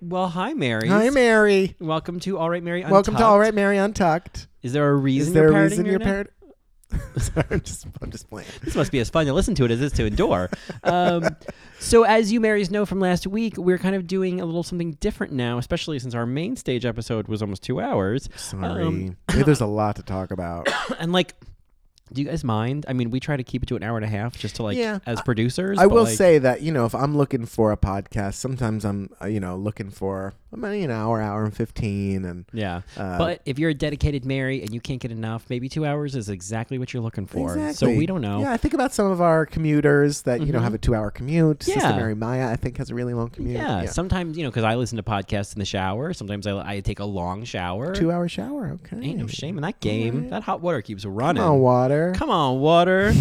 Well, hi, Mary. Hi, Mary. Welcome to All Right, Mary. Untucked. Welcome to All Right, Mary Untucked. Is there a reason? Is there you're a parroting reason your Um, you're name? parrot? Sorry, I'm just, I'm just playing. This must be as fun to listen to it as it is to endure. um, so, as you Marys know from last week, we're kind of doing a little something different now, especially since our main stage episode was almost two hours. Sorry. Yeah, there's a lot to talk about. And like, do you guys mind? I mean, we try to keep it to an hour and a half, just to like, Yeah. as producers. I but, will like, say that you know if I'm looking for a podcast, sometimes I'm uh, you know looking for maybe an hour, hour and fifteen, and Yeah. uh, but if you're a dedicated Mary and you can't get enough, maybe two hours is exactly what you're looking for. So Exactly. we don't know. Yeah, I think about some of our commuters that you know Mhm. have a two-hour commute. Sister Yeah. Mary Maya, I think, has a really long commute. Yeah, sometimes you know because I listen to podcasts in the shower. Sometimes I, I take a long shower. two-hour shower. Okay, Ain't no shame in that game. Alright. That hot water keeps running. Come on, water. Come on, water.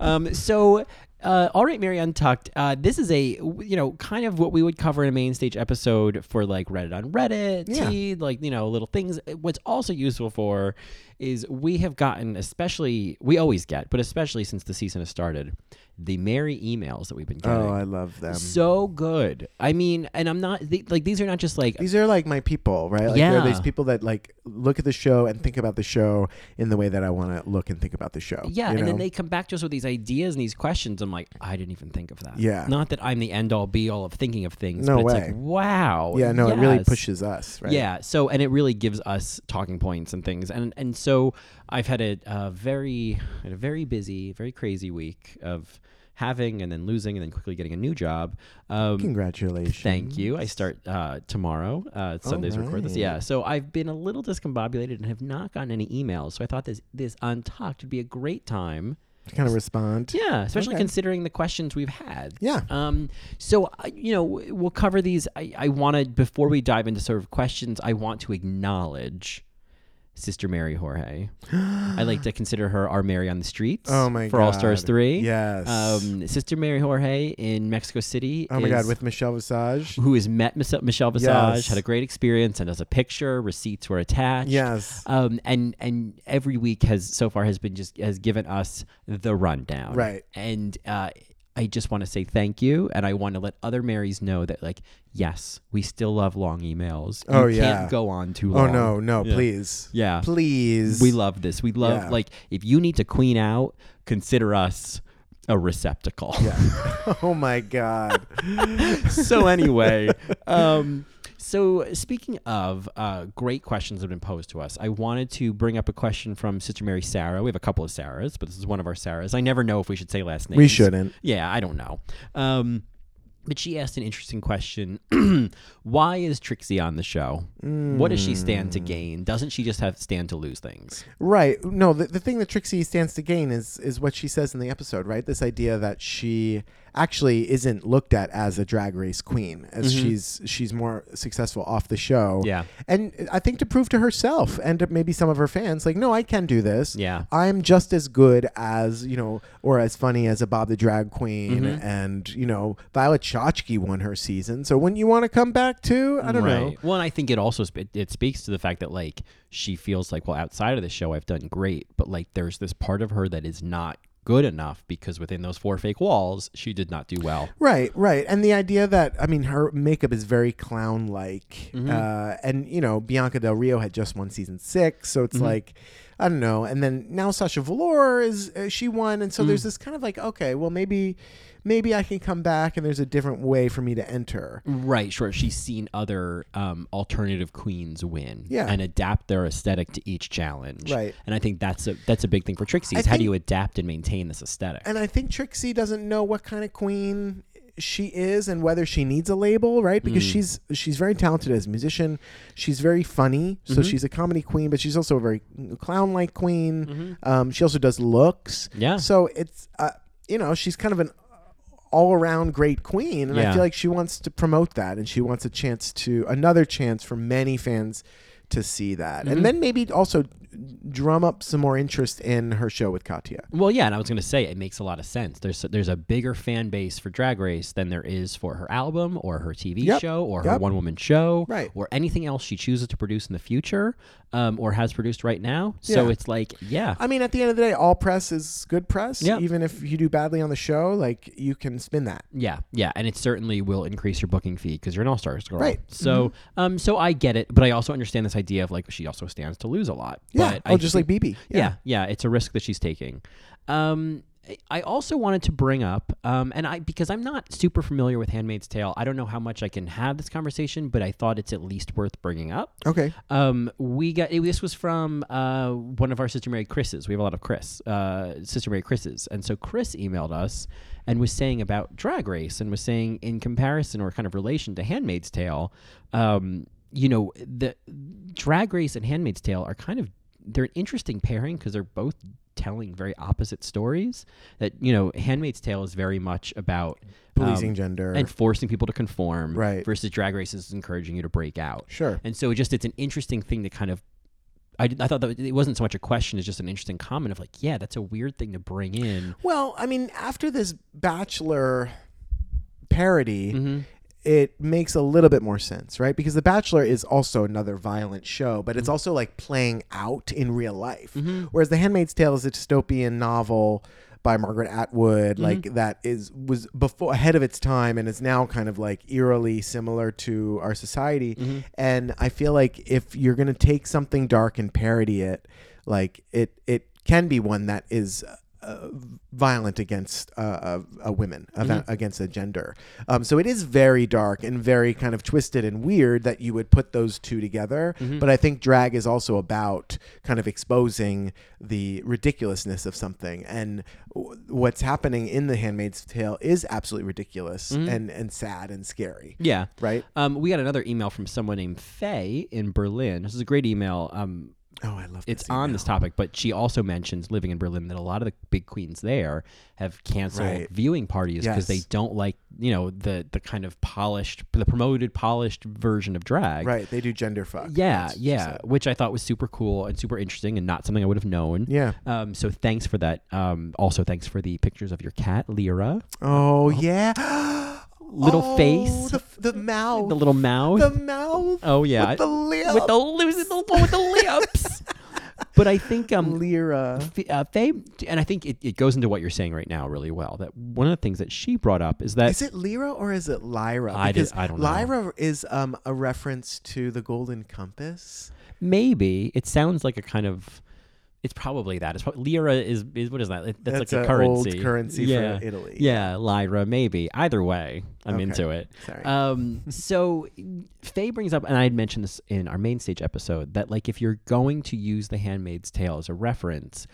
um, so, uh, all right, Mary Untucked. Uh, this is a you know kind of what we would cover in a main stage episode for like Reddit on Reddit, Yeah. Teed, like you know little things. Uh, What's also useful for is we have gotten, especially we always get, but especially since the season has started, the Mary emails that we've been getting. Oh, I love them. so good. I mean, and I'm not the like these are not just like These are like my people, right? Like they're these Yeah. people that like look at the show and think about the show in the way that I want to look and think about the show. Yeah, you and then know? they come back to us with these ideas and these questions. I'm like, I didn't even think of that. Yeah. Not that I'm the end all be all of thinking of things, No but it's way. like, wow. Yeah, no, it really yes. pushes us, right? Yeah. So, and it really gives us talking points and things. And and so I've had a, a very had a very busy, very crazy week of having and then losing and then quickly getting a new job. Um, Congratulations. Thank you. I start uh, tomorrow. Uh, Oh, it's Sundays record this. right. Yeah. So I've been a little discombobulated and have not gotten any emails. So I thought this this untucked would be a great time Kind of respond. yeah, especially Okay. considering the questions we've had. Yeah. Um. So I- you know, w- we'll cover these. I, I wanted before we dive into sort of questions, I want to acknowledge Sister Mary Jorge. I like to consider her our Mary on the streets. Oh my god. for All Stars Three. Yes. Um, Sister Mary Jorge in Mexico City. oh my is- god, with Michelle Visage. who has met Mis- Michelle Visage, Yes. had a great experience, sent us a picture. Receipts were attached. Yes. Um, and and every week has so far has been just has given us the rundown. Right. And uh, I just want to say thank you, and I want to let other Marys know that like yes, we still love long emails. You Oh, yeah. Can't go on too Oh long. no, no, Yeah. please. Yeah. Please. We love this. We love Yeah. like if you need to clean out, consider us a receptacle. Oh my god. so anyway, um, so speaking of uh, great questions that have been posed to us, I wanted to bring up a question from Sister Mary Sarah. We have a couple of Sarahs, but this is one of our Sarahs. I never know if we should say last names. we shouldn't. Yeah, I don't know. Um, but she asked an interesting question. Why is Trixie on the show? What does she stand Mm. to gain? Doesn't she just have stand to lose things? Right. No, the, the thing that Trixie stands to gain is is what she says in the episode, right? This idea that she actually isn't looked at as a drag race queen, as she's she's more successful off the show. Mm-hmm. Yeah. And I think to prove to herself and to maybe some of her fans, like, no, I can do this. Yeah. I'm just as good as, you know, or as funny as a Bob the Drag Queen Mm-hmm. and, you know, Violet Chachki won her season. So wouldn't you want to come back too? I don't know. Well, and I think it also sp- it, it speaks to the fact that like she feels like well outside of the show I've done great, but like there's this part of her that is not good enough because within those four fake walls she did not do well. Right, right. And the idea that, I mean, her makeup is very clown like. Uh, and, you know, Bianca Del Rio had just won season six. So it's like, I don't know. And then now Sasha Velour is, uh, she won. And so there's this kind of like, okay, well, maybe, maybe I can come back and there's a different way for me to enter. Right, sure. She's seen other um, alternative queens win Yeah. and adapt their aesthetic to each challenge. Right. And I think that's a that's a big thing for Trixie is I how do think- you adapt and maintain this aesthetic? And I think Trixie doesn't know what kind of queen she is and whether she needs a label, right? Because Mm. she's she's very talented as a musician. She's very funny, so Mm-hmm. she's a comedy queen, but she's also a very clown-like queen. Um, she also does looks. Mm-hmm. Yeah. So it's uh, you know she's kind of an all-around great queen, and I Yeah. feel like she wants to promote that, and she wants a chance to another chance for many fans to see that, Mm-hmm. and then maybe also drum up some more interest in her show with Katya. Well, yeah, and I was going to say it makes a lot of sense. There's there's a bigger fan base for Drag Race than there is for her album or her TV Yep. show or her Yep. one woman show Right. or anything else she chooses to produce in the future um, or has produced right now. So Yeah. it's like, yeah, I mean, at the end of the day, all press is good press. Yeah. Even if you do badly on the show, like you can spin that. yeah, yeah, and it certainly will increase your booking fee because you're an all stars girl. Right. Mm-hmm. So, um, so I get it, but I also understand this idea of like she also stands to lose a lot. Yeah. But oh, I just think- like BB. yeah. yeah, it's a risk that she's taking. Um, I- I also wanted to bring up, um, and I because I'm not super familiar with Handmaid's Tale, I don't know how much I can have this conversation, but I thought it's at least worth bringing up. Okay. Um, we got it, this was from uh, one of our Sister Mary Chris's. We have a lot of Chris, uh, Sister Mary Chris's, and so Chris emailed us and was saying about Drag Race and was saying in comparison or kind of relation to Handmaid's Tale, um, you know, the Drag Race and Handmaid's Tale are kind of they're an interesting pairing because they're both telling very opposite stories. That you know, Handmaid's Tale is very much about um, Policing gender. and forcing people to conform, Right. Versus Drag Race is encouraging you to break out. sure. And so it just it's an interesting thing to kind of. I, did- I thought that it wasn't so much a question; it's just an interesting comment of like, yeah, that's a weird thing to bring in. Well, I mean, after this Bachelor parody, Mhm. it makes a little bit more sense, right? Because The Bachelor is also another violent show, but it's also like playing out in real life. Whereas The Handmaid's Tale is a dystopian novel by Margaret Atwood, like that is was before ahead of its time and is now kind of like eerily similar to our society. And I feel like if you're gonna take something dark and parody it, like it it can be one that is uh, violent against uh, uh, a women of- against a gender. Um, so it is very dark and very kind of twisted and weird that you would put those two together. But I think drag is also about kind of exposing the ridiculousness of something. And w- what's happening in The Handmaid's Tale is absolutely ridiculous and, and sad and scary. Yeah, Right? Um, we got another email from someone named Faye in Berlin. This is a great email. Um, Oh, I love it's this on email. this topic, but she also mentions living in Berlin that a lot of the big queens there have canceled Right. viewing parties because they Yes. don't like, you know, the the kind of polished, the promoted, polished version of drag. Right. They do gender fuck. Yeah, That's- yeah, which I thought was super cool and super interesting and not something I would have known. Yeah. Um, so thanks for that. Um, also thanks for the pictures of your cat Lyra, Oh, yeah. Little Oh, face. The, f- the mouth. the little mouth. Oh. the mouth. oh yeah, With the lip. with the lips, with the, with the lips. but I think um, Lyra. F- uh, Faye, and I think it, it goes into what you're saying right now really well. That one of the things that she brought up is that Is it Lyra or is it Lyra? I did- I don't know. Lyra is um, a reference to the Golden Compass. maybe it sounds like a kind of it's probably that. It's probably, lira is, is what is that? It- That's, That's like a a old currency. currency for yeah. Italy. Yeah, lira maybe. Either way, I'm Okay. into it. Sorry. Um, so Faye brings up, and I had mentioned this in our main stage episode, that like if you're going to use The Handmaid's Tale as a reference,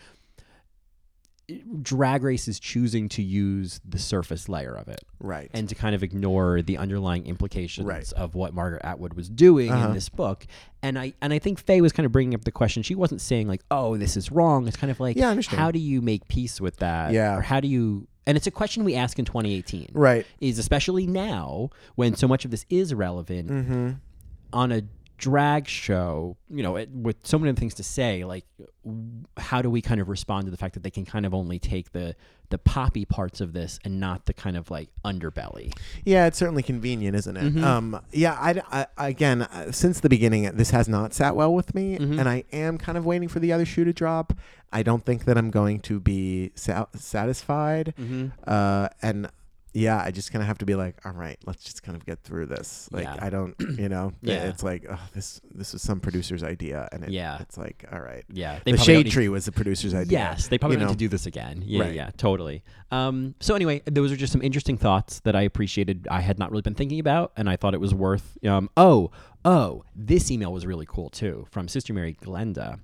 Drag Race is choosing to use the surface layer of it right. and to kind of ignore the underlying implications Right. of what Margaret Atwood was doing Uh-huh. in this book. And I and I think Faye was kind of bringing up the question. She wasn't saying like, "Oh, this is wrong." It's kind of like, Yeah, I understand. how do you make peace with that? Yeah. Or how do you? And it's a question we ask in 2018. right. Is especially now when so much of this is relevant Mm-hmm. on a drag show, you know, it, with so many things to say, like w- how do we kind of respond to the fact that they can kind of only take the the poppy parts of this and not the kind of like underbelly. Yeah, it's certainly convenient, isn't it? Mm-hmm. Um, yeah, I, I- again, uh, since the beginning, this has not sat well with me, Mm-hmm. and I am kind of waiting for the other shoe to drop. I don't think that I'm going to be sa- satisfied, Mm-hmm. uh, and yeah, I just kind of have to be like, all right, let's just kind of get through this. Like, Yeah. I don't, you know, Yeah. it's like oh, this this was some producer's idea, and it, Yeah. it's like, all right, Yeah, the probably don't shade need- tree was the producer's idea. Yes, they probably you don't know? need to do this again. Yeah, Right. yeah, totally. Um, so anyway, those are just some interesting thoughts that I appreciated. I had not really been thinking about, and I thought it was worth. Um, oh, oh, this email was really cool too from Sister Mary Glenda.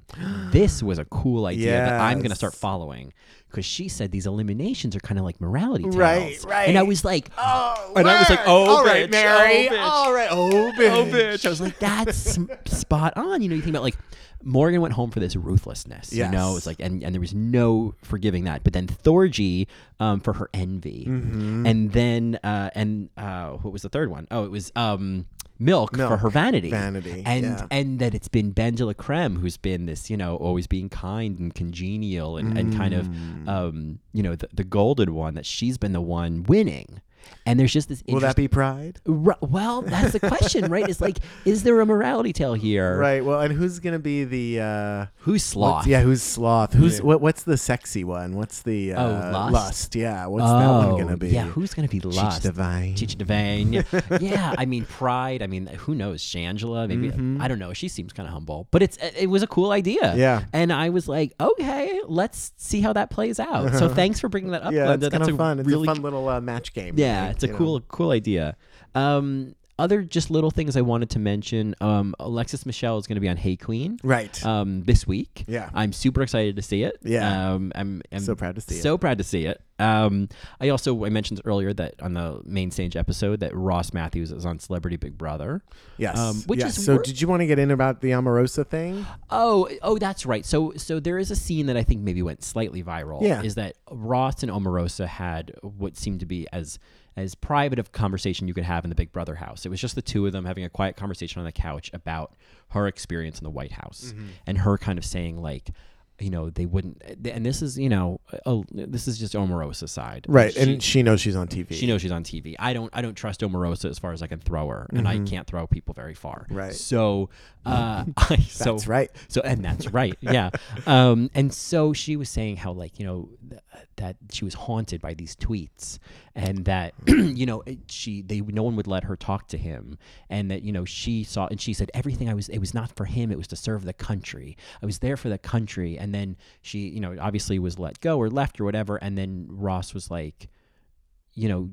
this was a cool idea that I'm going to Yes. start following because she said these eliminations are kind of like morality tales. Right, right. And I was like, Oh, And I was like, word. oh, all right, bitch, Mary, oh, bitch. all right, oh, bitch, oh, bitch. I was like, that's s- spot on. You know, you think about like Morgan went home for this ruthlessness. Yes. You know, it's like, and, and there was no forgiving that. But then Thorgy um, for Mm-hmm. her envy. And then, uh, and uh, what was the third one? Oh, it was. Um, milk, for Milk. her vanity. Vanity, And yeah. and that it's been Ben de la Creme who's been this, you know, always being kind and congenial and, and kind of Mm. um, you know, the, the golden one that she's been the one winning. And there's just this Will that be pride? Ru- well, that's the question, right? It's like, is there a morality tale here? Right. Well, and who's gonna be the uh, Who's sloth? what's- Yeah, who's sloth? Who's Yeah. Oh, what? What's the sexy one? What's the uh, lust? Yeah. What's oh, that one gonna be? Yeah, who's gonna be Cheech lust? Devine. Teach Devane. yeah, I mean Pride. I mean, who knows? Shangela. Maybe Mm-hmm. I don't know. She seems kind of humble, but it's it was a cool idea. Yeah. and I was like, okay, let's see how that plays out. So thanks for bringing that up, yeah, Glenda. it's kind That's a of fun. It's really a fun little uh, match game. Yeah, right? it's a You know? cool cool idea. Um, other just little things I wanted to mention. Um, Alexis Michelle is going to be on Hey Queen. Right. Um, this week. Yeah. I'm super excited to see it. Yeah. Um, I'm, I'm So proud to see it. So proud to see it. Um, I also I mentioned earlier that on the main stage episode that Ross Matthews is on Celebrity Big Brother. yes. um, which yes. is so. wor- did you want to get in about the Amorosa thing? Oh, oh, that's right. So, so there is a scene that I think maybe went slightly viral. Yeah. is that Ross and Omarosa had what seemed to be as as private of conversation you could have in the Big Brother house. It was just the two of them having a quiet conversation on the couch about her experience in the White House Mm-hmm. and her kind of saying like. You know they wouldn't, and this is you know, oh, this is just Omarosa's side, Right. She- and she knows she's on TV. she knows she's on TV. I don't. I don't trust Omarosa as far as I can throw her, and I can't throw people very far. Mm-hmm. Right. So, uh, I, so That's right. So, and that's right. Yeah. um, and so she was saying how like you know th- that she was haunted by these tweets, and that you know it, she they no one would let her talk to him, and that you know she saw and she said everything I was it was not for him. It was to serve the country. I was there for the country, and then she you know obviously was let go or left or whatever, and then Ross was like you know,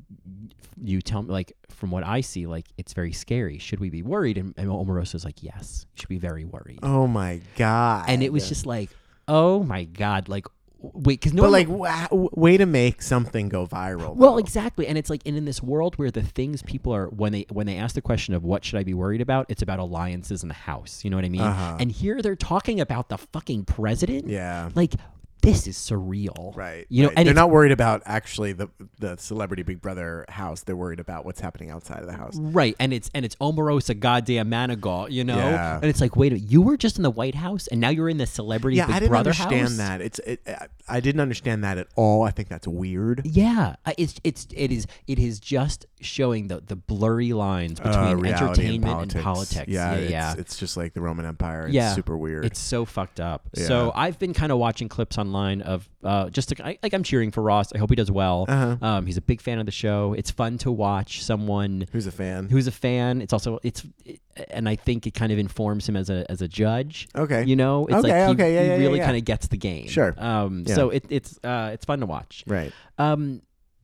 you tell me, like, from what I see, like, it's very scary. Should we be worried? And, and Omarosa's like, yes, you should be very worried. Oh my god. and it was just like, oh my God, like, w- wait, because no But one- like, wa- way to make something go viral. well, though. exactly, and it's like, and in this world where the things people are when they when they ask the question of what should I be worried about, it's about alliances in the house. You know what I mean? Uh-huh. And here they're talking about the fucking president. Yeah. like this is surreal, Right. You know, right. and they're it's not worried about actually the the celebrity Big Brother house. They're worried about what's happening outside of the house. Right, and it's and it's Omarosa goddamn Manigault, you know, Yeah. and it's like, wait, a- you were just in the White House, and now you're in the celebrity Yeah, Big I didn't Brother understand house? that. It's it, I- I didn't understand that at all. I think that's weird. Yeah, uh, it's it's it is it is just showing the the blurry lines between Uh, reality entertainment and politics. Yeah, yeah, it's, yeah. it's just like the Roman Empire. It's Yeah. super weird. It's so fucked up. Yeah. So I've been kind of watching clips online of uh, just to, I, like I'm cheering for Ross. I hope he does well. Uh-huh. Um, he's a big fan of the show. It's fun to watch someone Who's a fan? who's a fan. It's also it's and I think it kind of informs him as a as a judge. Okay. You know, it's Okay, like he, okay, yeah, he yeah, yeah, really yeah. kind of gets the game. Sure. Um Yeah. so it, it's uh it's fun to watch. right. Um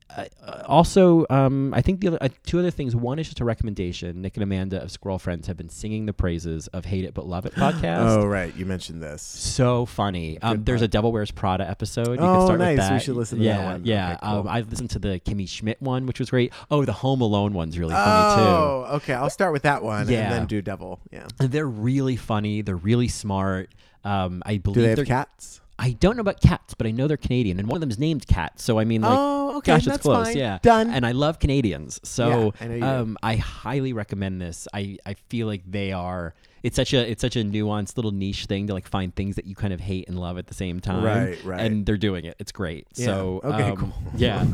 I- uh, also, um, I think the other uh, two other things. One is just a recommendation. Nick and Amanda of Squirrel Friends have been singing the praises of "Hate It But Love It" podcast. Oh, right. You mentioned this. So funny. Um, there's a Devil Wears Prada episode. You Oh, can start nice. with We that. should listen to that yeah, one. Yeah, Okay, cool. um, I've listened to the Kimmy Schmidt one, which was great. Oh, the Home Alone one's really funny too. Oh, okay. I'll start with that one Yeah. and then do Devil. Yeah. And They're really funny. They're really smart. Um, I believe Do they have are cats? I don't know about cats, but I know they're Canadian, and one of them is named Cat. So I mean, like, Oh, okay, gosh, it's that's close, fine. yeah, Done. And I love Canadians, so Yeah, I know you do. um, I highly recommend this. I, I feel like they are. It's such a it's such a nuanced little niche thing to like find things that you kind of hate and love at the same time, Right, right. And they're doing it. It's great. Yeah. So Okay, um, cool. Yeah.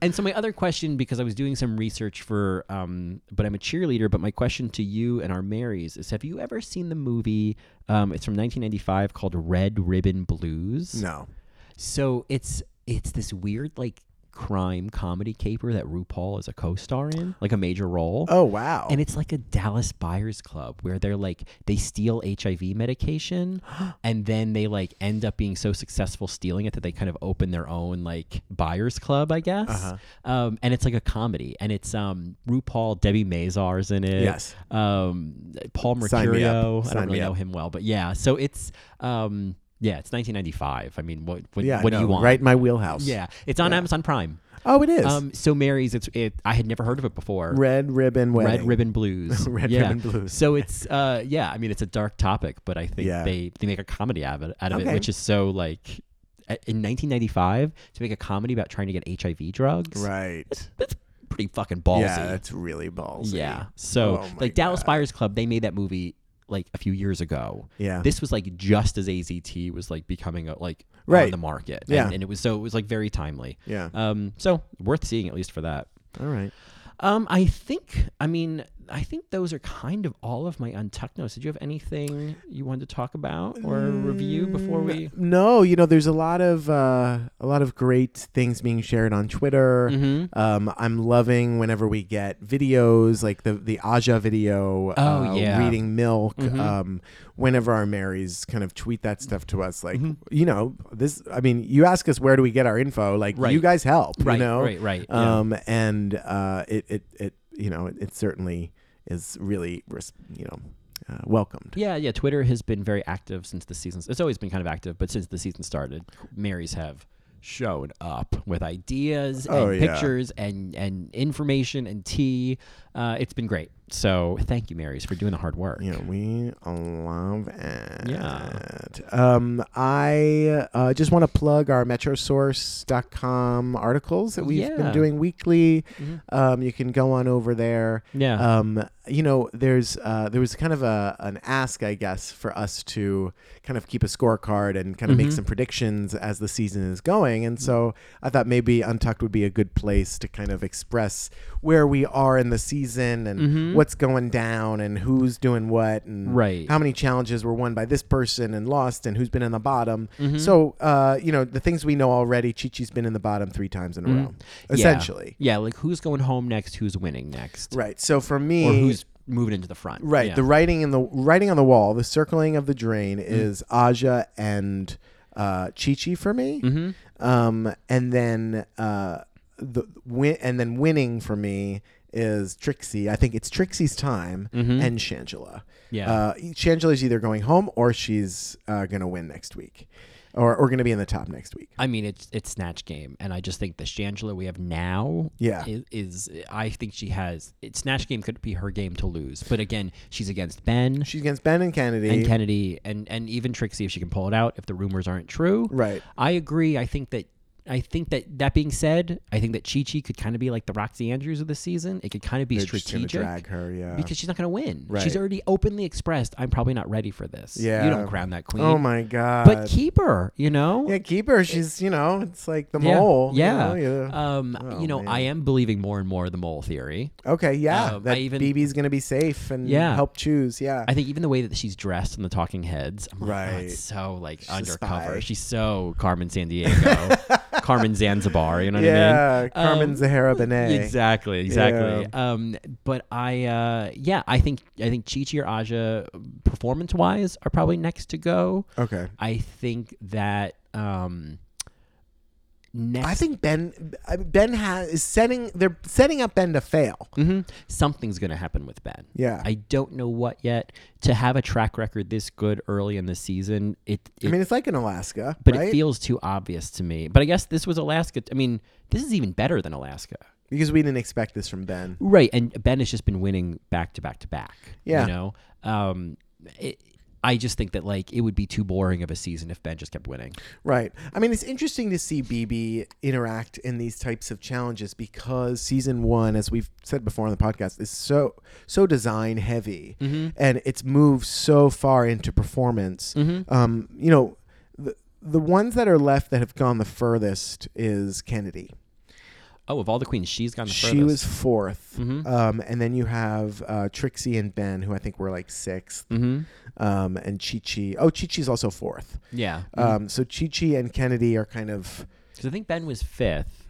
and so my other question, because I was doing some research for, um, but I'm a cheerleader. But my question to you and our Marys is: Have you ever seen the movie? Um, it's from 1995 called Red Ribbon Blues. No. So it's it's this weird like crime comedy caper that RuPaul is a co-star in, like a major role. Oh, wow. And it's like a Dallas Buyers Club where they're like they steal HIV medication and then they like end up being so successful stealing it that they kind of open their own like buyers club, I guess. Uh-huh. Um, and it's like a comedy, and it's um, RuPaul, Debbie Mazar's in it. Yes. Um, Paul Sign me up. Mercurio. I Sign don't me really know up. him well, but yeah. So it's um, yeah, it's 1995. I mean, what what, yeah, what no, do you want? Right in my wheelhouse. Yeah, it's on Amazon Prime. Oh, it is. Um, so Mary's, it's it. I had never heard of it before. Red Ribbon Wedding. Red Ribbon Blues. Red Yeah. Ribbon Blues. So it's uh yeah, I mean it's a dark topic, but I think Yeah. they they make a comedy out of it, out of it Okay. which is so like a- in 1995 to make a comedy about trying to get HIV drugs. Right. That's pretty fucking ballsy. Yeah, that's really balls. Yeah. So Oh my like Dallas God. Buyers Club, they made that movie like a few years ago. Yeah. This was like just as AZT was like becoming a, like on Right. the market. And- Yeah. And, it was so it was like very timely. Yeah. Um so worth seeing at least for that. All right. Um I think I mean I think those are kind of all of my untucked notes. Did you have anything you wanted to talk about or review before we No, you know, there's a lot of uh, a lot of great things being shared on Twitter. Mhm. Um, I'm loving whenever we get videos like the the Aja video, Oh, uh, yeah. Mm-hmm. reading milk. Um, whenever our Marys kind of tweet that stuff to us, like Mm-hmm. you know, this. I mean, you ask us where do we get our info? Like Right. you guys help, Right, you know, right, right, yeah. Um, and uh, it it it you know it, it certainly is really res- you know uh, welcomed. Yeah, yeah. Twitter has been very active since the season. It's always been kind of active, but since the season started, Marys have shown up with ideas Oh, and yeah. pictures and and information and tea. Uh, it's been great. So thank you, Marys, for doing the hard work. Yeah, we love it. Yeah. Um, I uh, just want to plug our metrosource.com articles that we've Yeah. been doing weekly. Mhm. Um, you can go on over there. Yeah. Um, you know, there's uh, there was kind of a an ask, I guess, for us to kind of keep a scorecard and kind of Mhm. make some predictions as the season is going. Mm-hmm. And so I thought maybe Untucked would be a good place to kind of express where we are in the season and Mhm. what's going down and who's doing what and Right. how many challenges were won by this person and lost and who's been in the bottom. Mm-hmm. So uh, you know, the things we know already, Chi Chi's been in the bottom three times in a Mm-hmm. row. Yeah. Essentially. Yeah. like who's going home next? Who's winning next? Right. So for me Or who's moving into the front? Right. Yeah. Mm. The writing in the writing on the wall, the circling of the drain is Aja and uh, Chi Chi for me. Mm-hmm. Um, and then uh, the win- and then winning for me is Trixie. I think it's Trixie's time and Shangela. Mm-hmm. Yeah. Uh, Shangela's either going home or she's uh, gonna win next week, or or gonna be in the top next week. I mean, it's it's snatch game, and I just think the Shangela we have now, Yeah. i- is, I think she has it, snatch game could be her game to lose, but again, she's against Ben She's against Ben and Kennedy. and Kennedy, and and even Trixie if she can pull it out if the rumors aren't true. Right. I agree. I think that. I think that that being said, I think that Chi Chi could kind of be like the Roxy Andrews of the season. It could kind of be They're just gonna strategic drag her. Yeah. because she's not going to win. She's Right. already openly expressed, "I'm probably not ready for this." you Yeah. don't crown that queen. oh my god. But keep her, you know. Yeah, keep her. She's, you know, it's like the Yeah. mole. you Yeah. know, yeah. Oh, Um, you know, man. I am believing more and more the mole theory. okay. Yeah. um, that I even- BB's going to be safe and Yeah. help choose. Yeah. I think even the way that she's dressed in the Talking Heads, I'm like, oh, it's Right. so like a undercover. spy. She's so Carmen San Diego, Carmen Zanzibar. You know what I mean? yeah. Carmen Um, Zahara Benet. Exactly, exactly. Um, but I, uh, yeah, I think I think Chichi or Aja, performance wise, are probably next to go. Okay. I think that um, next, I think Ben I- Ben has is setting they're setting up Ben to fail. Mhm. something's going to happen with Ben. Mm-hmm. Yeah. I don't know what yet. To have a track record this good early in the season, it, I it- mean, it's like in Alaska, but right? it feels too obvious to me. But I guess this was Alaska. I mean, this is even better than Alaska. because we didn't expect this from Ben. Right, and Ben has just been winning back to back to back. Yeah. you know, um, it, I just think that like it would be too boring of a season if Ben just kept winning. Right. I mean, it's interesting to see BB interact in these types of challenges because season one, as we've said before on the podcast, is so so design heavy, Mm-hmm. and it's moved so far into performance. Mm-hmm. Um, you know, the the ones that are left that have gone the furthest is Kennedy. Oh, of all the queens, she's gone the She furthest. was 4th Mhm. um, and then you have uh, Trixie and Ben, who I think were like 6th Mhm. um, and Chi Chi. Oh, Chi Chi's also fourth. Yeah, Um, so Chi Chi and Kennedy are kind of because I think Ben was fifth.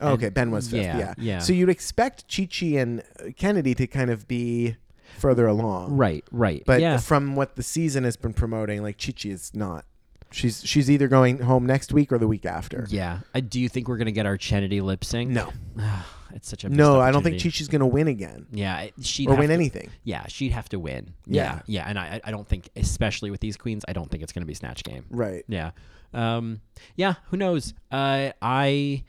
Oh, okay, Ben was fifth. yeah, Yeah, yeah. So you'd expect Chi Chi and uh, Kennedy to kind of be further along, Right, right. But yeah, from what the season has been promoting, like Chi Chi is not. She's she's either going home next week or the week after. yeah. Uh, do you think we're gonna get our Chenity lip sync? No, it's such a missed no, I don't think opportunity. Chi Chi's going to win again Yeah, it- she'd or have win to- anything. Yeah, she'd have to win. Yeah. yeah, yeah. And I, I don't think, especially with these queens, I don't think it's going to be snatch game. Right. Yeah, um, yeah. Who knows? Uh, I,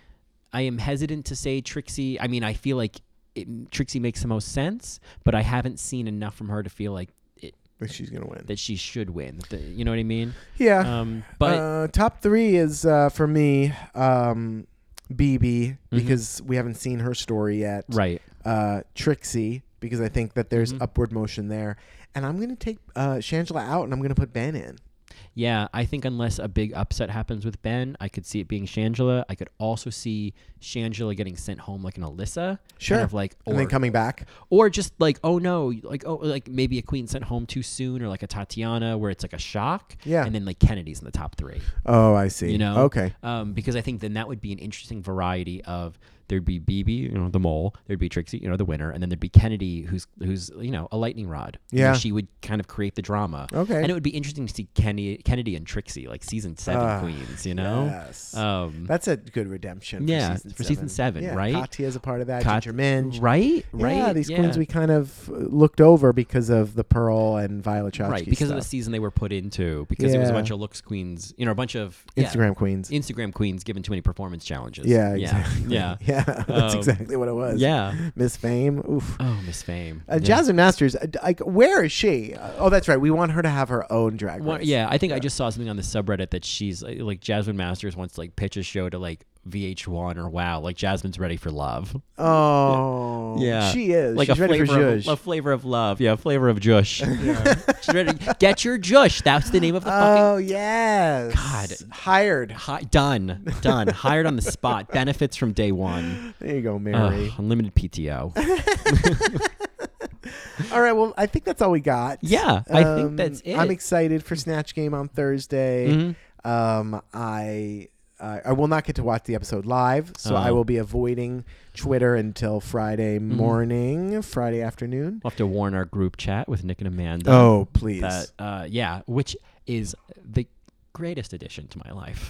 I am hesitant to say Trixie. I mean, I feel like it, Trixie makes the most sense, but I haven't seen enough from her to feel like it, Like she's going to win. that she should win. That- you know what I mean? Yeah. Um, but uh, top three is uh, for me um, BB because we haven't seen her story yet. Mm-hmm. Right. Uh, Trixie because I think that there's Mm-hmm. upward motion there, and I'm gonna take uh, Shangela out and I'm gonna put Ben in. Yeah, I think unless a big upset happens with Ben, I could see it being Shangela. I could also see Shangela getting sent home like an Alyssa, Sure. kind of like, or, and then coming back. or just like, oh no, like oh, like maybe a Queen sent home too soon, or like a Tatiana where it's like a shock, Yeah. and then like Kennedy's in the top three, Oh, I see. you know, Okay. um, because I think then that would be an interesting variety of there'd be BB, you know, the mole, there'd be Trixie, you know, the winner, and then there'd be Kennedy, who's who's you know a lightning rod, You know, Yeah. she would kind of create the drama, Okay. and it would be interesting to see Kennedy, Kennedy and Trixie like season seven Ah, queens, you know, Yes. um, That's a good redemption. Yeah, for season for seven. season seven, yeah, right? Katya's a part of that. Kat- Ginger Minge. right, right, Yeah, these queens we kind of uh, looked over because of the Pearl and Violet Chachki right because of the stuff. season they were put into because it was a Yeah. bunch of looks queens, you know, a bunch of yeah, Instagram queens. Instagram queens given too many performance challenges, Yeah, exactly. yeah, yeah, yeah, that's Um, exactly what it was. yeah. Miss Fame. Oof. Oh, Miss Fame, Uh, Yeah. Jasmine Masters. uh, d- Like, where is she? Uh, oh, that's right. We want her to have her own drag race. One- yeah, I think I just saw something on the subreddit that she's like, like Jasmine Masters wants to, like pitch a show to like VH1 or Wow. Like Jasmine's ready for love. Oh. Yeah. She is. Like She's a ready for flavor of, Zhuzh. a flavor of love. Yeah, a flavor of Jush. she's ready. Get your Jush. That's the name of the fucking. Oh yes. God. Hired. Hi, done, done. Hired on the spot. Benefits from day one. There you go, Mary. Ugh, unlimited PTO. All right. Well, I think that's all we got. Yeah, I Um, think that's it. I'm excited for Snatch Game on Thursday. Mhm. Um, I I I will not get to watch the episode live, so I Oh. Mm-hmm. will be avoiding Twitter until Friday morning, Friday afternoon. We'll have to warn our group chat with Nick and Amanda. Oh, please. that uh, yeah which is the greatest addition to my life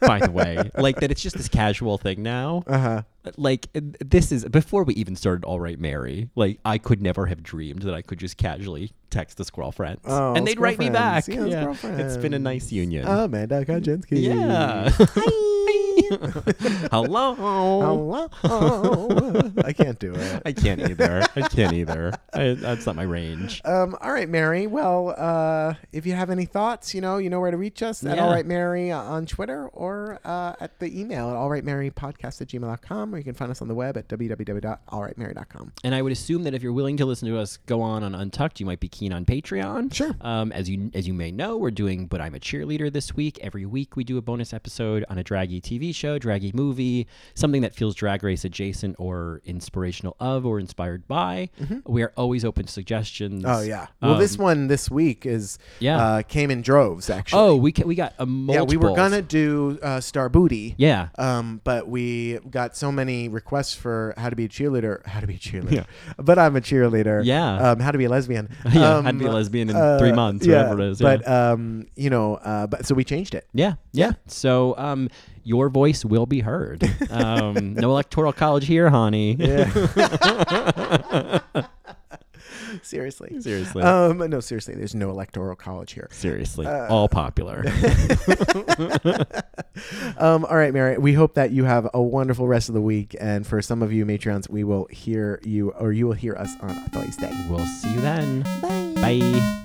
by the way like that it's just this casual thing now uh-huh. like this is before we even started all right mary like i could never have dreamed that i could just casually text the squirrel friends Oh, and they'd write me back Squirrel Friends. Yeah, Squirrel it's been a nice union Oh, Amanda Kaczynski. yeah hello Hello. Oh, I can't do it. i can't either i can't either I, that's not my range Um, all right, Mary. Well, uh, if you have any thoughts, you know, you know where to reach us at Yeah. All Right Mary uh, on Twitter or uh, at the email at allrightmarypodcast at gmail.com or you can find us on the web at www.allrightmary.com. And I would assume that if you're willing to listen to us go on on Untucked, you might be keen on Patreon. Sure. Um, as you as you may know, we're doing "But I'm a Cheerleader" this week. Every week we do a bonus episode on a draggy TV show, draggy movie, something that feels drag race adjacent or inspirational of or inspired by. We are always open to suggestions. Mm-hmm. Oh, yeah. Well, this one this week is um, Yeah. uh, came in droves, actually. Oh, we ca- we got a multiple. yeah, we were going to do uh, Star Booty. Yeah. Um, but we got so many requests for how to be a cheerleader, how to be a cheerleader. But I'm a cheerleader. Yeah. Um, how to be a lesbian. Yeah, um, how to be a lesbian in three months, whatever it is, yeah. But um, you know, uh, but so we changed it. Yeah, yeah. So um, your voice will be heard. Um, no electoral college here, honey. Seriously. Seriously. Um, no, seriously. There's no electoral college here. Seriously, all popular. Um, all right, Mary. We hope that you have a wonderful rest of the week, and for some of you Matreons, we will hear you, or you will hear us on Thursday. we'll see you then. Bye. Bye.